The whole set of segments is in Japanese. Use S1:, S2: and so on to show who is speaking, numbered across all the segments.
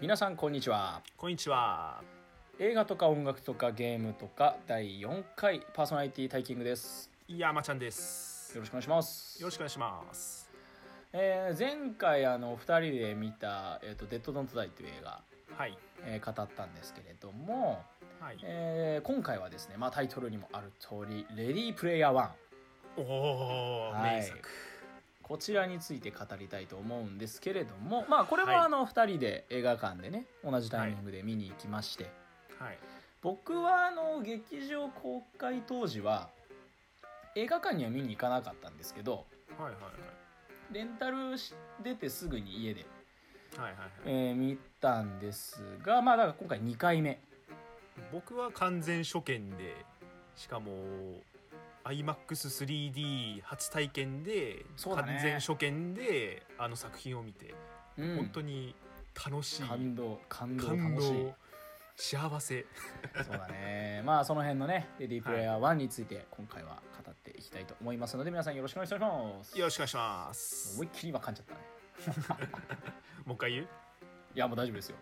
S1: 皆さんこんにちは
S2: こんにちは。
S1: 映画とか音楽とかゲームとか第4回パーソナリティタイキングです
S2: 山ちゃんです。
S1: よ
S2: よ
S1: ろしくお願いします
S2: ろしくお願いします。
S1: えー前回あの2人で見た「えー、とデッド・ドント・ダイ」っていう映画、
S2: はい。
S1: えー語ったんですけれども、
S2: はい。
S1: えー今回はですね、まあ、タイトルにもある通り「レディープレイヤー1
S2: おお、
S1: はい
S2: 名作。
S1: こちらについて語りたいと思うんですけれどもまあこれ
S2: はい
S1: はあの2人で映画館でね同じタイミングで見に行きまして、
S2: はい。
S1: 僕はあの劇場公開当時は映画館には見に行かなかったんですけど
S2: はいはい
S1: レンタルし出てすぐに家で、
S2: はい。はいはいはい。
S1: えー見たんですがまあだから今回2回目
S2: 僕は完全初見で、しかも。IMAX3D 初体験で、
S1: そうだ
S2: 完
S1: ね
S2: 全初見であの作品を見て、
S1: うん
S2: 本当に楽しい
S1: 感動感動
S2: 感
S1: 楽しい
S2: 動幸せ
S1: そうだ ねまあその辺のね「レディープレイヤー1」について今回は語っていきたいと思いますので皆さんよろしくお願いします
S2: よろしくお願いします
S1: 思いっきり今噛んじゃったね
S2: もう一回言う
S1: いやもう大丈夫ですよ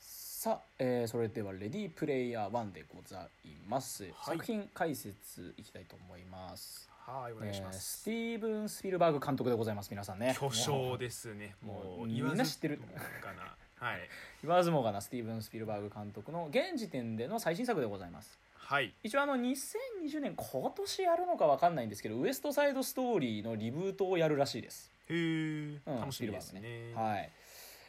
S1: さあ、えーそれでは「レディープレイヤー1」でございます、
S2: はい
S1: 作品解説いきたいと思います
S2: はいお願いしま
S1: えース
S2: す、
S1: ティーブン・スピルバーグ監督でございます皆さんね
S2: 巨匠
S1: で
S2: ですね
S1: もう
S2: もう
S1: みんな
S2: 言わず
S1: 知ってる
S2: かなはい
S1: 言わずもがなスティーブン・スピルバーグ監督の現時点での最新作でございます
S2: はい
S1: 一応あの2020年今年やるのかわかんないんですけどウエストサイドストーリーのリブートをやるらしいです
S2: へえ、
S1: うん
S2: 楽しみです
S1: スピ
S2: ね。
S1: はい、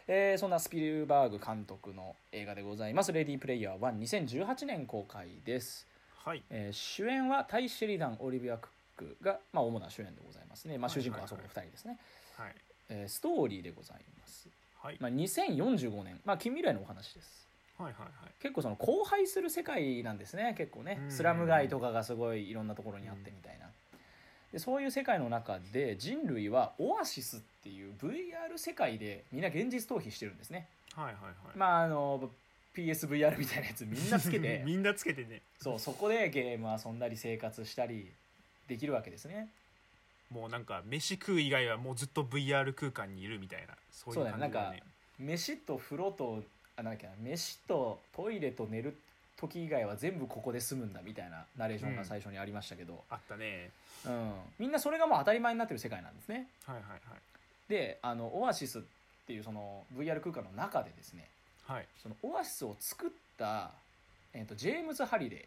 S1: えーそんなスピルバーグ監督の映画でございます「レディープレイヤー1」2018年公開です、
S2: はい。
S1: えー主演はタイ・シェリダンオリビア・クックが、まあ、主な主演でございますね、まあ、
S2: はい
S1: 主人
S2: はいはい
S1: 公はそこ2人ですね、
S2: はい。
S1: えーストーリーでございます、
S2: はい。
S1: まあ、2045年、まあ、近未来のお話です
S2: はい。はい。はい。
S1: 結構その荒廃する世界なんですね結構ね
S2: うん
S1: スラム街とかがすごいいろんなところにあってみたいなでそういう世界の中で人類はオアシスっていう VR 世界でみんな現実逃避してるんですね
S2: はい。はい。
S1: まああの PSVR みたいなやつみんなつけて
S2: みんなつけてね。
S1: そうそこでゲーム遊んだり生活したりできるわけですね
S2: もうなんか、飯食う以外はもうずっと VR 空間にいるみたいな、そういう感じ
S1: そうだ
S2: だ
S1: ね
S2: ね。
S1: 飯と風呂とあなんだっけな飯とトイレと寝る時以外は全部ここで住むんだみたいなナレーションが最初にありましたけど、
S2: あったね。
S1: うん、みんなそれがもう当たり前になってる世界なんですね
S2: はい。はい。はい。
S1: であのオアシスっていうその VR 空間の中でですね
S2: はい。
S1: そのオアシスを作った、えー、とジェームズ・ハリデーっ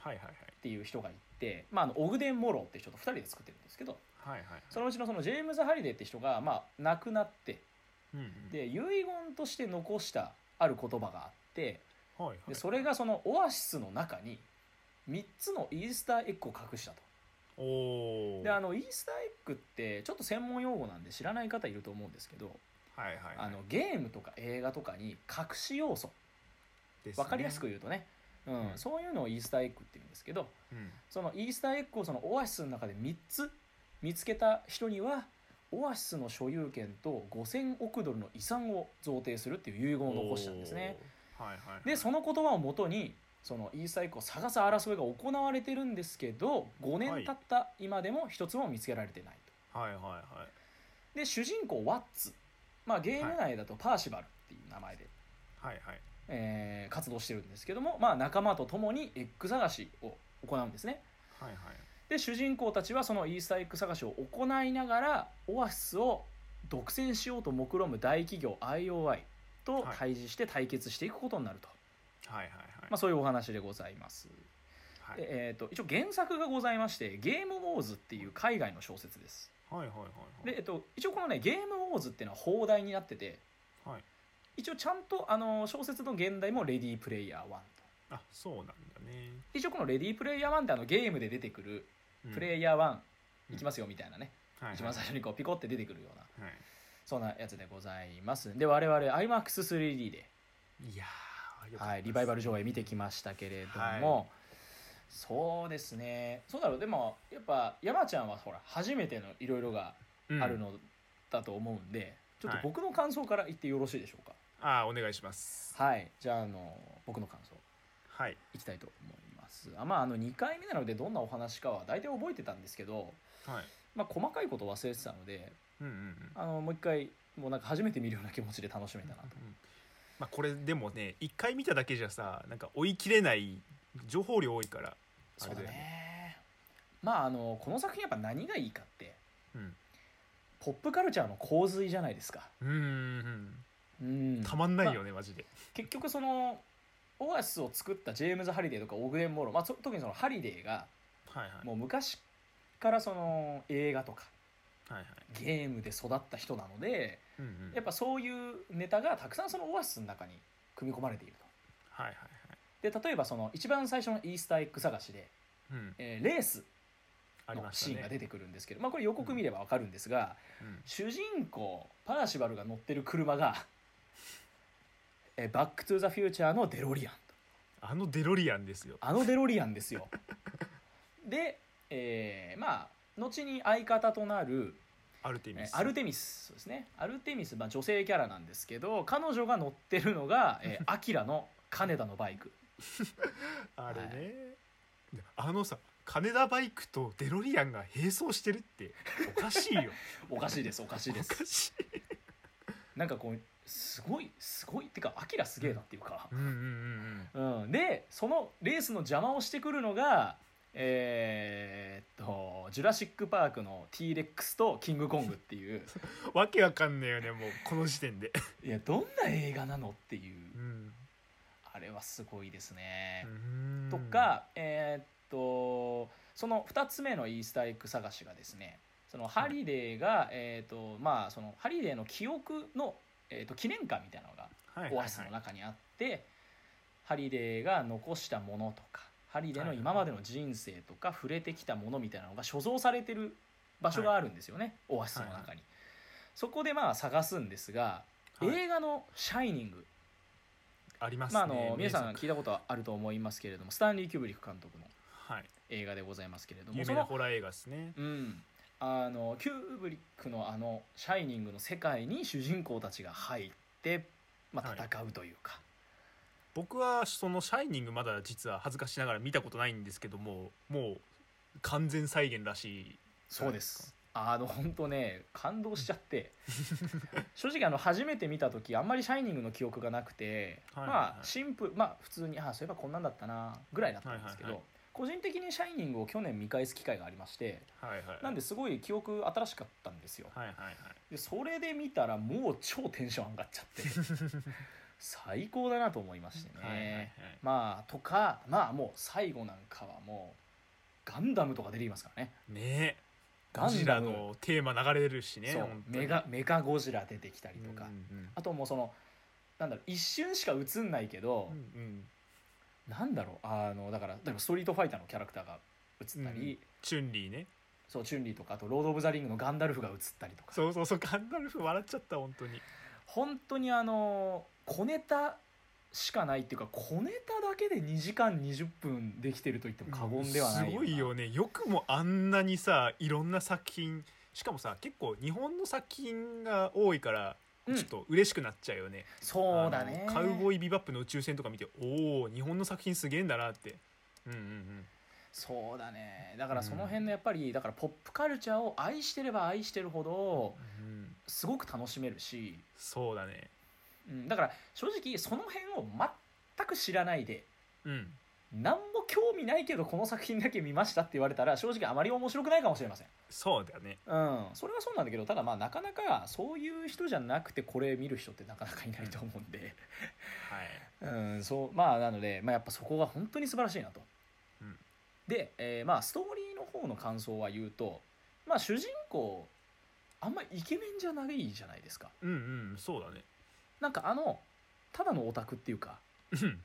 S2: はい。はい。
S1: ていう人がいて、まあ、あのオグデン・モローって人と2人で作ってるんですけど
S2: はい。はい。はい。
S1: そのうちのそのジェームズ・ハリデーって人が、まあ、亡くなって
S2: うんうん。
S1: で遺言として残したある言葉があって
S2: はい。はい
S1: で。それがそのオアシスの中に3つのイースターエッグを隠したと。
S2: おお。
S1: であのイースターエッグってちょっと専門用語なんで知らない方いると思うんですけど
S2: はい。はい。
S1: あのゲームとか映画とかに隠し要素
S2: ですね
S1: 分かりやすく。言うとね、うん
S2: うん
S1: そういうのをイースターエッグって言うんですけど
S2: うん。
S1: そのイースターエッグをそのオアシスの中で3つ見つけた人にはオアシスの所有権と5000億ドルの遺産を贈呈するっていう遺言を残したんですね
S2: おー。はい。はい。
S1: でその言葉をもとにそのイースターエッグを探す争いが行われてるんですけど5
S2: は
S1: 年
S2: い
S1: 経った今でも1つも見つけられてないと
S2: はい。はい。は
S1: で主人公ワッツ、まあ、ゲーム内だとパーシバルっていう名前で
S2: い。はい。はい。
S1: えー活動してるんですけども、まあ、仲間と共にエッグ探しを行うんですね
S2: はい。はい。
S1: で主人公たちはそのイースターエッグ探しを行いながらオアシスを独占しようと目論む大企業 IOI と
S2: はい
S1: 対峙して対決していくことになると、
S2: はい。はい。はい
S1: まあ、そういうお話でございます、
S2: はい。
S1: でえー、と一応原作がございまして「ゲームウォーズ」っていう海外の小説です
S2: はい。はい。はい。
S1: で、えっと、一応このね「ゲームウォーズ」っていうのは放題になってて
S2: はい。
S1: 一応ちゃんとあの小説の現代も「レディープレイヤー1」と
S2: あ、そうなんだね。
S1: 一応この「レディープレイヤー1」ってあのゲームで出てくる「プレ
S2: イ、
S1: イヤー1」
S2: うん
S1: いきますよみたいなね、
S2: はいはい
S1: 一番最初にこうピコって出てくるような
S2: は
S1: そんなやつでございますで我々 iMAX3D で、
S2: い、いやーよかった
S1: はい、リバイバル上映見てきましたけれども、
S2: は
S1: そうですねそうだろうでもやっぱ山ちゃんはほら初めてのいろいろがある、
S2: うん
S1: のだと思うんで、ちょっと
S2: はい
S1: 僕の感想から言ってよろしいでしょうか
S2: あーお願いします
S1: はい、じゃああの僕の感想
S2: はい
S1: いきたいと思いますあまああの2回目なのでどんなお話かは大体覚えてたんですけど
S2: はい
S1: まあ、細かいこと忘れてたので
S2: うんうんうん
S1: あのもう一回もうなんか初めて見るような気持ちで楽しめたなと、
S2: まあこれでもね一回見ただけじゃさなんか追い切れない情報量多いからあ
S1: そ
S2: れ
S1: う
S2: だ
S1: だ
S2: よね
S1: ねまああのこの作品やっぱ何がいいかって
S2: うん
S1: ポップカルチャーの洪水じゃないですか
S2: うんうん
S1: うん
S2: うんたまんないよね、マジで
S1: 結局そのオアシスを作ったジェームズ・ハリデーとかオグデン・モーロー、まあ、そ特にそのハリデーが
S2: はいはい
S1: もう昔からその映画とか
S2: はいはい
S1: ゲームで育った人なので
S2: うんうん
S1: やっぱそういうネタがたくさんそのオアシスの中に組み込まれていると。
S2: はいはいはい
S1: で例えばその一番最初のイースターエッグ探しで、
S2: うん
S1: えーレース
S2: あり
S1: の
S2: ま
S1: シー
S2: し
S1: ン
S2: た
S1: が
S2: ね
S1: 出てくるんですけどまあ、これ予告見ればわかるんですが、
S2: うん
S1: 主人公パーシバルが乗ってる車が「えーバック・トゥ・ザ・フューチャー」のデロリアンと
S2: あのデロリアンですよ
S1: あのデロリアンですよで、えーまあ後に相方となる
S2: アルテミ
S1: えー
S2: ス
S1: アルテミスそうですねアルテミス、まあ、女性キャラなんですけど彼女が乗ってるのが、えーアキラの金田のバイク
S2: あれね、であのさ金田バイクとデロリアンが並走してるっておかしい よ
S1: おかしいですおかしいで
S2: おか
S1: す
S2: しい
S1: なんかこうすごいすごいってかアキラすげえなっていうか、
S2: うんうんうん
S1: うん、でそのレースの邪魔をしてくるのがえーっと「ジュラシック・パーク」の T レックスとキングコングって いう
S2: うんわけわかんないよねもうこの時点で
S1: いやどんな映画なのっていう
S2: うん
S1: あれはすごいですね
S2: う。ん
S1: とか、えーっとその2つ目のイースターエッグ探しがですねそのハリデーが、えーっとまあ、そのハリデーの記憶の、えーっと記念館みたいなのが
S2: はいはい
S1: オ
S2: は
S1: ア
S2: い
S1: シスの中にあって、ハリデーが残したものとかハリデーの今までの人生とか触れてきたものみたいなのが所蔵されてる場所があるんですよね、オアシスの中に、
S2: はいは
S1: そこでまあ探すんですが、
S2: はい
S1: 映画の「シャイニング
S2: あり」ますね
S1: まあ、あの皆さん
S2: 名作
S1: 聞いたことあると思いますけれどもスタンリー・キューブリック監督の
S2: はい
S1: 映画でございますけれども
S2: 有
S1: そ
S2: 名な
S1: の
S2: ホラー映画ですね
S1: うんあのキューブリックのあの「シャイニング」の世界に主人公たちが入って、まあ、
S2: はい
S1: 戦うというか、
S2: 僕はその「シャイニング」まだ実は恥ずかしながら見たことないんですけどももう完全再現らしい
S1: そうですあの本当ね感動しちゃって 正直あの初めて見た時あんまり「シャイニング」の記憶がなくて、
S2: はいはい
S1: まあシンプルまあ普通にあそういえばこんなんだったなぐらいだったんですけど、
S2: はいはい
S1: 個人的に「シャイニング」を去年見返す機会がありまして
S2: はいはい
S1: なんですごい記憶新しかったんですよ
S2: はいはいはい
S1: でそれで見たらもう超テンション上がっちゃって 最高だなと思いましてね、
S2: はいはいはい
S1: まあとかまあもう最後なんかはもうガンダムとか出てきますからね
S2: ねえ
S1: ガ
S2: ゴ
S1: ン
S2: ジ
S1: ダ
S2: ラ
S1: ム
S2: のテーマ流れるしね
S1: そう
S2: 本当に
S1: メガメガゴジラ出てきたりとか、
S2: うんうん
S1: あともうそのなんだろう一瞬しか映んないけど、
S2: うんうん
S1: なんだろうあのだから例えばストリートファイターのキャラクターが映ったり、
S2: うチュンリーね
S1: そうチュンリーとかあとロード・オブ・ザ・リングのガンダルフが映ったりとか
S2: そうそうそうガンダルフ笑っちゃった本当に
S1: 本当にあの小ネタしかないっていうか小ネタだけで2時間20分できてると言っても過言ではない
S2: すごいよねよくもあんなにさいろんな作品しかもさ結構日本の作品が多いからち
S1: うん
S2: ょっと嬉しくなっちゃうよね、
S1: そうだね
S2: あのカウボ
S1: イ
S2: ーイビバップの宇宙船とか見ておお日本の作品すげえんだなってうんうんうん
S1: そうだねだからその辺のやっぱりだからポップカルチャーを愛してれば愛してるほど
S2: うん
S1: すごく楽しめるし
S2: そうだね
S1: うん、だから正直その辺を全く知らないで
S2: うん
S1: 何も興味ないけどこの作品だけ見ましたって言われたら正直あまり面白くないかもしれません、
S2: そうだね
S1: うん、それはそうなんだけどただまあなかなかそういう人じゃなくてこれ見る人ってなかなかいないと思うんで、
S2: はい
S1: うん、そうまあなので、まあ、やっぱそこが本当に素晴らしいなと、
S2: うん
S1: で、えーまあストーリーの方の感想は言うとまあ主人公あんまイケメンじゃないじゃないですか
S2: うんうんそうだね
S1: なんかあのただのオタクっていうか
S2: うん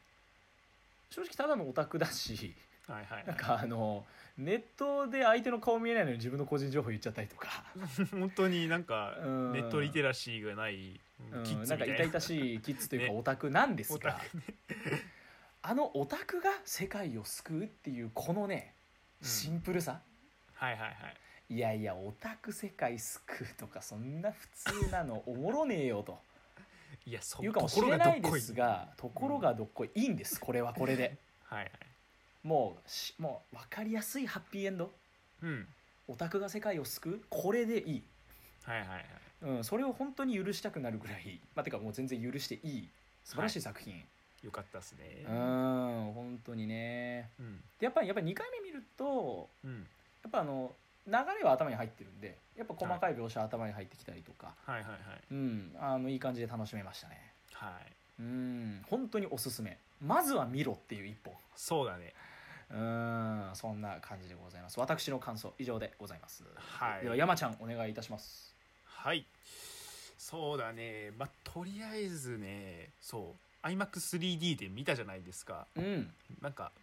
S1: 正直ただのオタクだし
S2: はいはい
S1: なんかあのネットで相手の顔見えないのに自分の個人情報言っちゃったりとか、
S2: 本当になんか
S1: うん
S2: ネットリテラシーがない
S1: うん、
S2: キッズ
S1: なんか
S2: みたいな
S1: 痛々しいキッズというか
S2: ね
S1: オタクなんです
S2: オタ
S1: が、
S2: クね
S1: あのオタクが世界を救うっていうこのね
S2: うん
S1: シンプルさ、
S2: はいはいはい
S1: いやいやオタク世界救うとかそんな普通なのおもろねえよと
S2: いやそ
S1: いうかもしれないですがところがどっこいいいんですこれはこれで
S2: はいはい
S1: もうしもう分かりやすいハッピーエンド
S2: うん
S1: オタクが世界を救うこれでいい
S2: はいはいはい
S1: うん、それを本当に許したくなるぐらい、 まあ、てかもう全然許していい素晴らしい作品、
S2: よかったっすね
S1: うん本当にね
S2: うん
S1: でやっぱりやっぱ2回目見ると
S2: うん
S1: やっぱあの流れは頭に入ってるんでやっぱ細かい描写頭に入ってきたりとか、
S2: はいはいはい
S1: うんあのいい感じで楽しめましたね
S2: はい
S1: うん本当におすすめまずは見ろっていう一本
S2: そうだね
S1: うんそんな感じでございます私の感想以上でございます、
S2: はい
S1: では山ちゃんお願いいたします
S2: はいそうだねまあとりあえずねそう iMac3D で見たじゃないですか
S1: うん
S2: なんか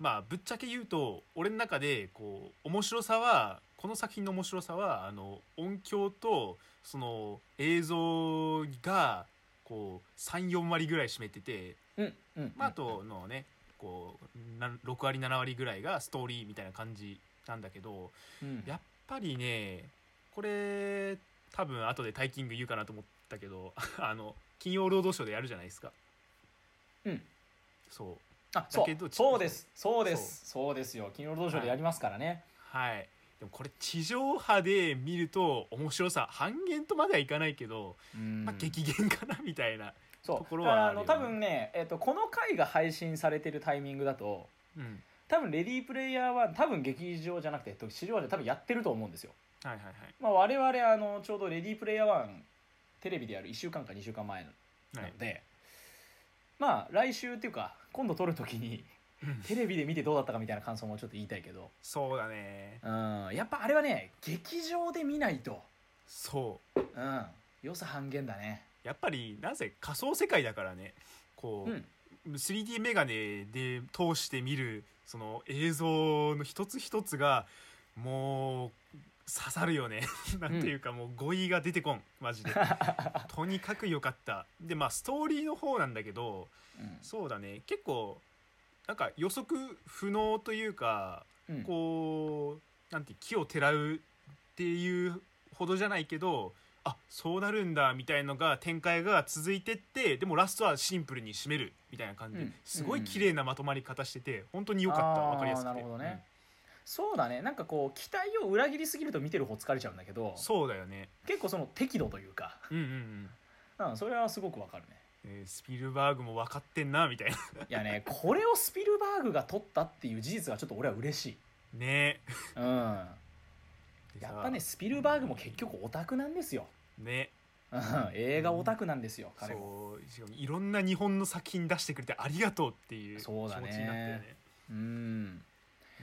S2: まあぶっちゃけ言うと俺の中でこう面白さはこの作品の面白さはあの音響とその映像がこう34割ぐらい占めてて、
S1: うんうん
S2: まあ、あとのねこうな6割7割ぐらいがストーリーみたいな感じなんだけど
S1: うん
S2: やっぱりねこれ多分後でタイキング言うかなと思ったけどあの金曜労働省でやるじゃないですか
S1: うん
S2: そう
S1: あそう
S2: だけど
S1: そうですそうですそうですよ金曜ロードショーでやりますからね、
S2: はい。でもこれ地上波で見ると面白さ半減とまではいかないけど、
S1: うん
S2: まあ、激減かなみたいな、
S1: そう
S2: ところはあ
S1: あ
S2: るよ
S1: の
S2: ね
S1: 多分ね、えっとこの回が配信されてるタイミングだと
S2: うん、
S1: 多分レディープレイヤーは多分劇場じゃなくてえっと地上波で多分やってると思うんですよ、
S2: はいはいはい
S1: まあ、我々あのちょうどレディープレイヤー1テレビでやる1週間か2週間前なの
S2: はい
S1: で、まあ来週っていうか今度撮る時に
S2: うん
S1: テレビで見てどうだったかみたいな感想もちょっと言いたいけど、
S2: そうだね
S1: うん、やっぱあれはね劇場で見ないと、
S2: そう
S1: うん、良さ半減だね
S2: やっぱりなぜ仮想世界だからねこ
S1: うん
S2: う、3D メガネで通して見るその映像の一つ一つがもう刺さるよ ねなんていうかもう語彙が出てこんマ ジでとにかく良かったでまあストーリーの方なんだけどそうだね結構なんか予測不能というか
S1: うんうん
S2: こうなんて木をてらうっていうほどじゃないけどあそうなるんだみたいのが展開が続いてってでもラストはシンプルに締めるみたいな感じで、
S1: うん
S2: すごい綺麗なまとまり方してて本当に良かった
S1: あー
S2: わかりやすくて
S1: なるほどね、そうだねなんかこう期待を裏切りすぎると見てる方疲れちゃうんだけど
S2: うんそうだよね
S1: 結構その適度というか、
S2: うんうんうん、
S1: うん、それはすごくわかるね
S2: えースピルバーグも分かってんなみたいない
S1: やねこれをスピルバーグが取ったっていう事実はちょっと俺は嬉しい、
S2: ね
S1: うん、やっぱねスピルバーグも結局オタクなんですよ、
S2: ね
S1: うん、映画オタクなんですよ彼も
S2: そうしかもいろんな日本の作品出してくれてありがとうっていう気
S1: そ
S2: 持
S1: う
S2: ち
S1: だ
S2: にな
S1: ね
S2: ったよね
S1: うん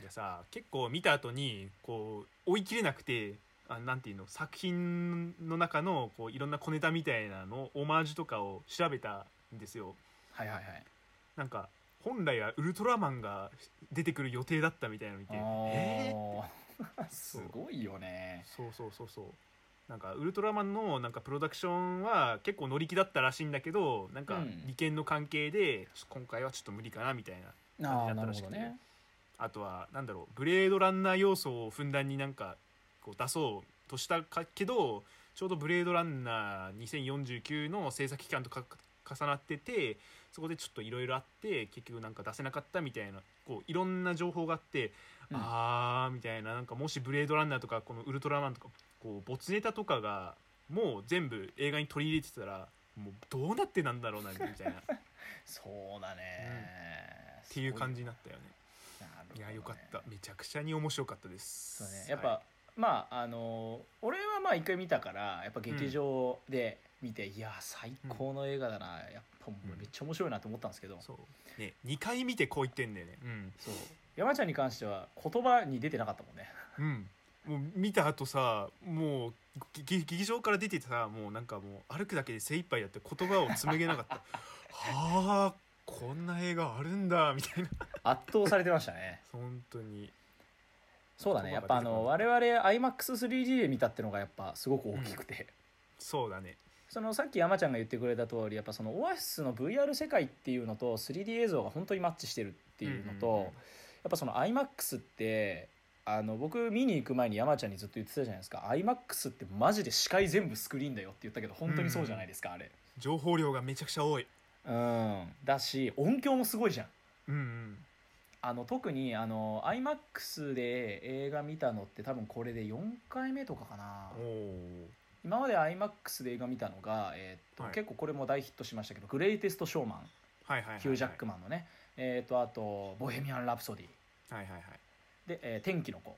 S2: でさ結構見た後にこう追い切れなくてあなんていうの作品の中のこういろんな小ネタみたいなのオマージュとかを調べたんですよ
S1: はいはいはい
S2: なんか本来はウルトラマンが出てくる予定だったみたいなの見て
S1: あ
S2: えー
S1: ー すごいよね
S2: そうそうそうそうなんかウルトラマンのなんかプロダクションは結構乗り気だったらしいんだけどなん
S1: う
S2: か
S1: ん
S2: 利権の関係でちょ今回はちょっと無理かなみたいな
S1: ああ
S2: 感じだ
S1: な
S2: った
S1: る
S2: ら
S1: ほ
S2: しく
S1: ど
S2: て
S1: ね
S2: あとはなんだろうブレードランナー要素をふんだんになんかこう出そうとしたかけどちょうど「ブレードランナー2049」の制作期間とか重なっててそこでちょっといろいろあって結局なんか出せなかったみたいなこういろんな情報があって、
S1: うん
S2: あーみたいななんかもし「ブレードランナー」とかこの「ウルトラマン」とかこう没ネタとかがもう全部映画に取り入れてたらもうどうなってなんだろうなみたい なっ
S1: そうだね、
S2: ていう感じになったよね。
S1: なるほど
S2: い
S1: ね
S2: やよかっためちゃくちゃに面白かったです
S1: そうねやっぱ、
S2: は
S1: まああの俺はまあ一回見たからやっぱ劇場で見て、いや最高の映画だな、やっぱもうめっちゃ面白いなと思ったんですけど、
S2: いそうね2回見てこう言ってんだよね
S1: そう山ちゃんに関しては言葉に出てなかったもんね
S2: うん、うん、もう見た後さもうぎぎ劇場から出ててさもうなんかもう歩くだけで精一杯やって言葉を紡げなかった はあこんな映画あるんだみたいな
S1: 圧倒されてましたね
S2: 本当に
S1: そうだねや
S2: 言
S1: っ
S2: 葉
S1: ぱ
S2: が
S1: あ
S2: 出てこない
S1: の我々 iMAX3D で見たってのがやっぱすごく大きくて、
S2: そうだね
S1: そのさっき山ちゃんが言ってくれた通りやっぱそのオアシスの VR 世界っていうのと 3D 映像が本当にマッチしてるっていうのと、
S2: うんうんうん
S1: やっぱその iMAX ってあの僕見に行く前に山ちゃんにずっと言ってたじゃないですか iMAX ってマジで視界全部スクリーンだよって言ったけど本当にそうじゃないですか、あれ。
S2: 情報量がめちゃくちゃ多い
S1: うん、だし音響もすごいじゃん。
S2: うんうん
S1: あの特にあの iMAX で映画見たのって多分これで4回目とかかな
S2: おお
S1: 今まで IMAX で映画見たのが、えーっと
S2: はい
S1: 結構これも大ヒットしましたけど「グレイテスト・ショーマン」
S2: はいはいはいはい
S1: ヒュージャックマンのね、えーっとあと「ボヘミアン・ラプソディ
S2: はいはいはい」
S1: で「えー天気の子」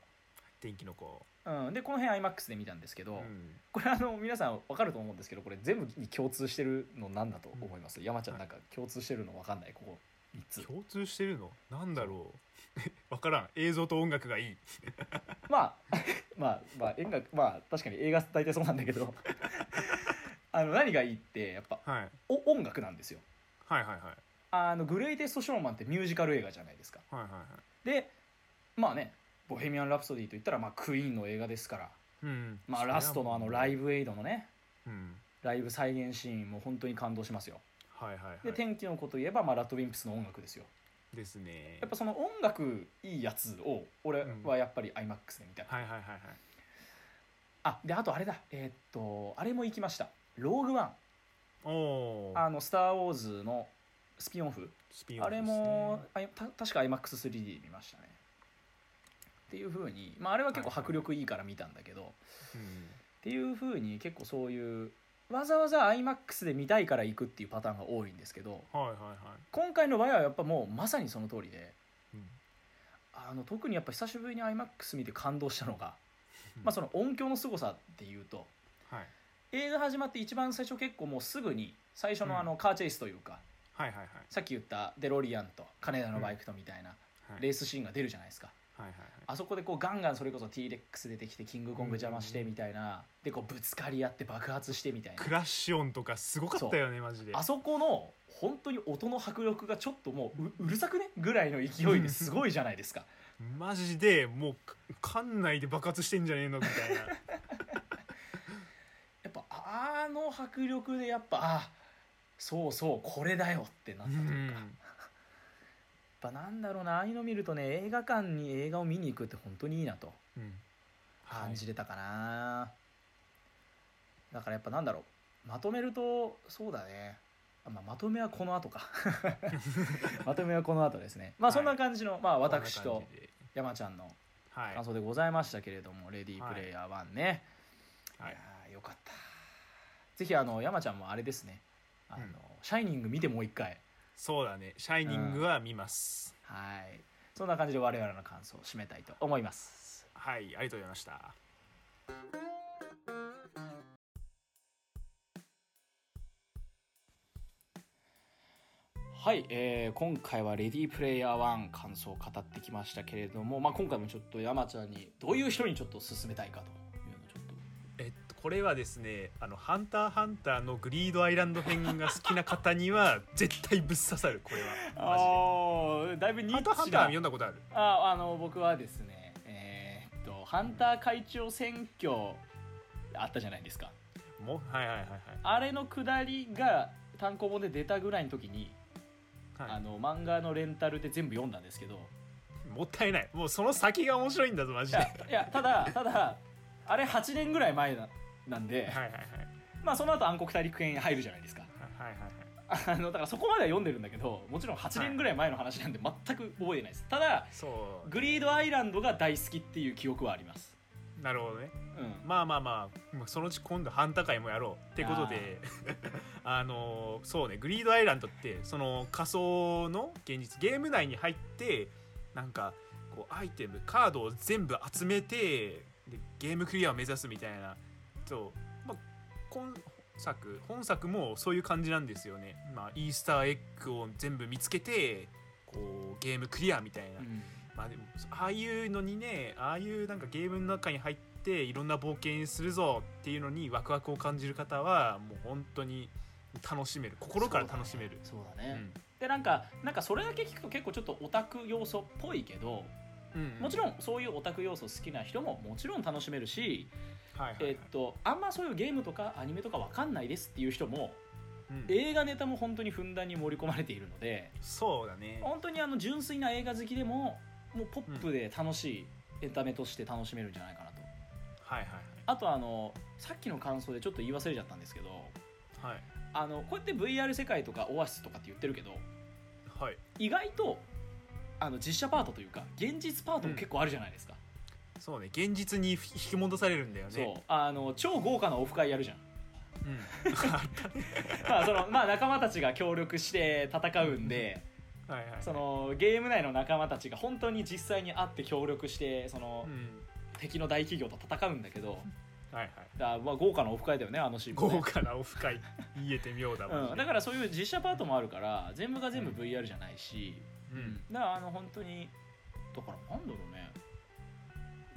S2: 天気の子
S1: うん、でこの辺 IMAX で見たんですけど、
S2: うん
S1: これあの皆さん分かると思うんですけどこれ全部に共通してるの何だと思います、山ちゃんなんか共通してるの分かんないここ3つ
S2: 共通してるのなんだろう わからん映像と音楽がいい
S1: まあ まあまあ音楽まあ確かに映画大体そうなんだけど あの何がいいってやっぱ
S2: はい
S1: お音楽なんですよ
S2: はいはいはい
S1: あのグレイテストショーマンってミュージカル映画じゃないですか
S2: はいはいはい
S1: でまあね「ボヘミアン・ラプソディ」といったらまあクイーンの映画ですから、
S2: うん
S1: まあ、ラストのあのライブエイドのね
S2: うん
S1: ライブ再現シーンも本当に感動しますよ
S2: はいはいはい
S1: で天気の子といえば、まあ、ラッドウィンプスの音楽ですよ
S2: ですね
S1: やっぱその音楽いいやつを俺はやっぱり iMAX で見たい、
S2: はいはいはいはい
S1: あであとあれだえーっとあれも行きました「ローグワン
S2: お」お
S1: あの「スター・ウォーズ」のスピンオフ
S2: スピンオ
S1: あ
S2: フで
S1: れ
S2: すね
S1: もあいた確か iMAX3D 見ましたねっていうふうに、まあ、あれは結構迫力いいから見たんだけど、
S2: うん
S1: っていうふうに結構そういうわざわざ iMAX で見たいから行くっていうパターンが多いんですけど
S2: はいはいは
S1: 今回の場合はやっぱもうまさにその通りで
S2: いうん
S1: あの特にやっぱ久しぶりに iMAX 見て感動したのが、まあ、その音響の凄さっていうと
S2: はい
S1: 映画始まって一番最初結構もうすぐに最初
S2: うん
S1: のあのカーチェイスというか、
S2: はいはいはい
S1: さっき言ったデロリアンと金田のバイクとみたいな
S2: はい
S1: レースシーンが出るじゃないですか。
S2: はいはい
S1: あそこでこうガンガンそれこそ T レックス出てきてキングコング邪魔してみたいなでこうぶつかり合って爆発してみたいな
S2: クラッシュ音とかすごかったよねマジで
S1: あそこの本当に音の迫力がちょっともうううるさくねぐらいの勢い ですごいじゃないですか
S2: マジでもうか館内で爆発してんじゃねえのみたい な
S1: やっぱあの迫力でやっぱあそうそうこれだよってなっ
S2: う
S1: たというか、やっ
S2: ん
S1: ぱなんだろうなああいうの見るとね映画館に映画を見に行くって本当にいいなと
S2: うんはい
S1: 感じれたかな、だからやっぱなんだろうまとめるとそうだねあまあ、まとめはこの後 かまとめはこの後ですねまあ
S2: はい
S1: そんな感じの、まあ
S2: こんな
S1: 私と
S2: 感じで
S1: 山ちゃんの
S2: はい
S1: 感想でございましたけれども、レディープレイヤー1ね、
S2: はいい
S1: やーよかったぜひあの山ちゃんもあれですねあの、
S2: うん
S1: シャイニング見てもう一回
S2: そうだね「シャイニング」は見ます、
S1: はいそんな感じで我々の感想を締めたいと思います
S2: はいありがとうございました
S1: はい、えー今回は「レディープレイヤー1」感想を語ってきましたけれども、まあ、今回もちょっと山ちゃんにどういう人にちょっと勧めたいかというのをちょっと
S2: えっとこれはですね「あのハンターハンター」のグリードアイランド編が好きな方に は絶対ぶっ刺さるこれはマ
S1: あだいぶ
S2: ジ
S1: ニ
S2: で「ハンターハンター」読んだことある
S1: ああの僕はですねえーっとハンター会長選挙あったじゃないですか
S2: もはいはいはいはい
S1: あれのくだりが単行本で出たぐらいの時に、
S2: は
S1: あの漫画のレンタルで全部読んだんですけど
S2: い、もったいないもうその先が面白いんだぞマ
S1: い
S2: ジで
S1: や
S2: はい
S1: いやただただあれ8年ぐらい前ななんで、
S2: はいはい
S1: まあその後暗黒大陸編入るじゃないですか
S2: はいはいはい
S1: あのだからそこまでは読んでるんだけどもちろん8年ぐらい前の話なんで全く覚えてないですただ
S2: そ
S1: グリードアイランドが大好きっていう記憶はあります
S2: うなるほどね
S1: うん
S2: まあまあまあまあそのうち今度ハンタ会もやろうってことで あのーそうねグリードアイランドってその仮想の現実ゲーム内に入ってなんかこうアイテムカードを全部集めてでゲームクリアを目指すみたいなそう、まあ、今作本作もそういう感じなんですよね、まあ、イースターエッグを全部見つけてこうゲームクリアみたいな
S1: う、ん
S2: まあでもああいうのにねああいうなんかゲームの中に入っていろんな冒険するぞっていうのにワクワクを感じる方はもう本当に楽しめる心から楽しめる
S1: そうだ
S2: う
S1: ね、
S2: ん
S1: でなんかなんかそれだけ聞くと結構ちょっとオタク要素っぽいけど、
S2: うん
S1: もちろんそういうオタク要素好きな人ももちろん楽しめるし、
S2: はいはいはい
S1: えっとあんまそういうゲームとかアニメとかわかんないですっていう人も
S2: うん
S1: 映画ネタも本当にふんだんに盛り込まれているので
S2: そうだね
S1: 本当にあの純粋な映画好きでももうポップで楽しいエンタメとして楽しめるんじゃないかなと。
S2: はいはい
S1: あとあのさっきの感想でちょっと言い忘れちゃったんですけど
S2: はい
S1: あのこうやって VR 世界とかオアシスとかって言ってるけど
S2: はいはい
S1: 意外とあの実写パートというか現実パートも結構あるじゃないですか、
S2: そうね現実に引き戻されるんだよね
S1: そうあの超豪華なオフ会や るじゃん
S2: うん、
S1: まあそのまあ仲間たちが協力して戦うんで
S2: はいはい
S1: そのゲーム内の仲間たちが本当に実際に会って協力してその
S2: うん
S1: 敵の大企業と戦うんだけど
S2: はいはい
S1: だからまあ豪華なオフ会だよねあのシーンもね
S2: 豪華なオフ会言えて妙だ
S1: う
S2: も
S1: ん、だからそういう実写パートもあるから全部が全部 VR じゃないし、
S2: うん
S1: だからあの本当にだからなんだろうね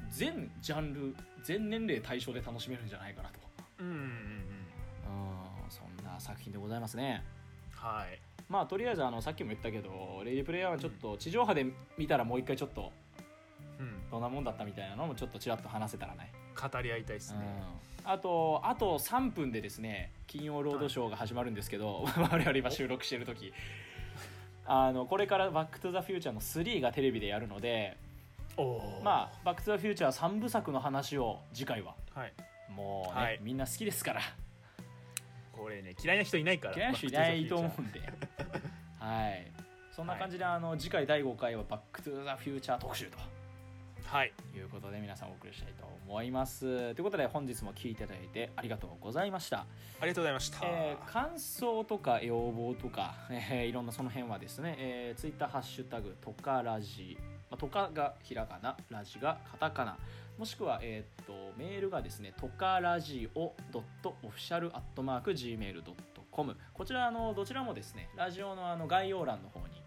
S1: 全ジャンル全年齢対象で楽しめるんじゃないかなと
S2: うんうんうんう
S1: う
S2: ん
S1: んそんな作品でございますね
S2: はい
S1: まあとりあえずあのさっきも言ったけど「レディプレイヤー」はちょっと地上波で見たらもう一回ちょっと
S2: うん
S1: どんなもんだったみたいなのもちょっとちらっと話せたらね、
S2: 語り合いたいですね
S1: うんあとあと3分でですね「金曜ロードショー」が始まるんですけど、 我々今収録してる時あのこれから「バック・トゥ・ザ・フューチャー」の3がテレビでやるので
S2: おお
S1: まあ「バック・トゥ・ザ・フューチャー」3部作の話を次回は
S2: あはい
S1: もうね、
S2: はい
S1: みんな好きですから
S2: これね嫌いな人いないから
S1: 嫌いな人いないと思うんではいそんな感じで、あの次回第5回は「バック・トゥ・ザ・フューチャー」特集と。
S2: はい
S1: ということで皆さんお送りしたいと思います。ということで本日も聞いていただいてありがとうございました。
S2: ありがとうございました、
S1: えー感想とか要望とか、 えーいろんなその辺はですね、えー、ツイッターハッシュタグとかラジ、まあ、とかがひらがなラジがカタカナもしくは、えーっとメールがですねとかラジオ .official.gmail.com こちらあのどちらもですねラジオのあの概要欄の方に、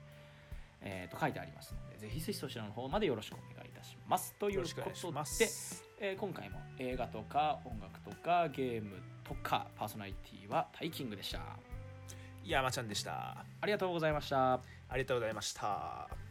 S1: えーっと書いてありますのでぜひぜひそちらの方までよろしくお願いいたしますという
S2: よろ
S1: こ
S2: しくお願いし
S1: と
S2: ま
S1: ですえー今回も映画とか音楽とかゲームとかパーソナリティはタイキングでした
S2: 山ちゃんでした
S1: ありがとうございました
S2: ありがとうございました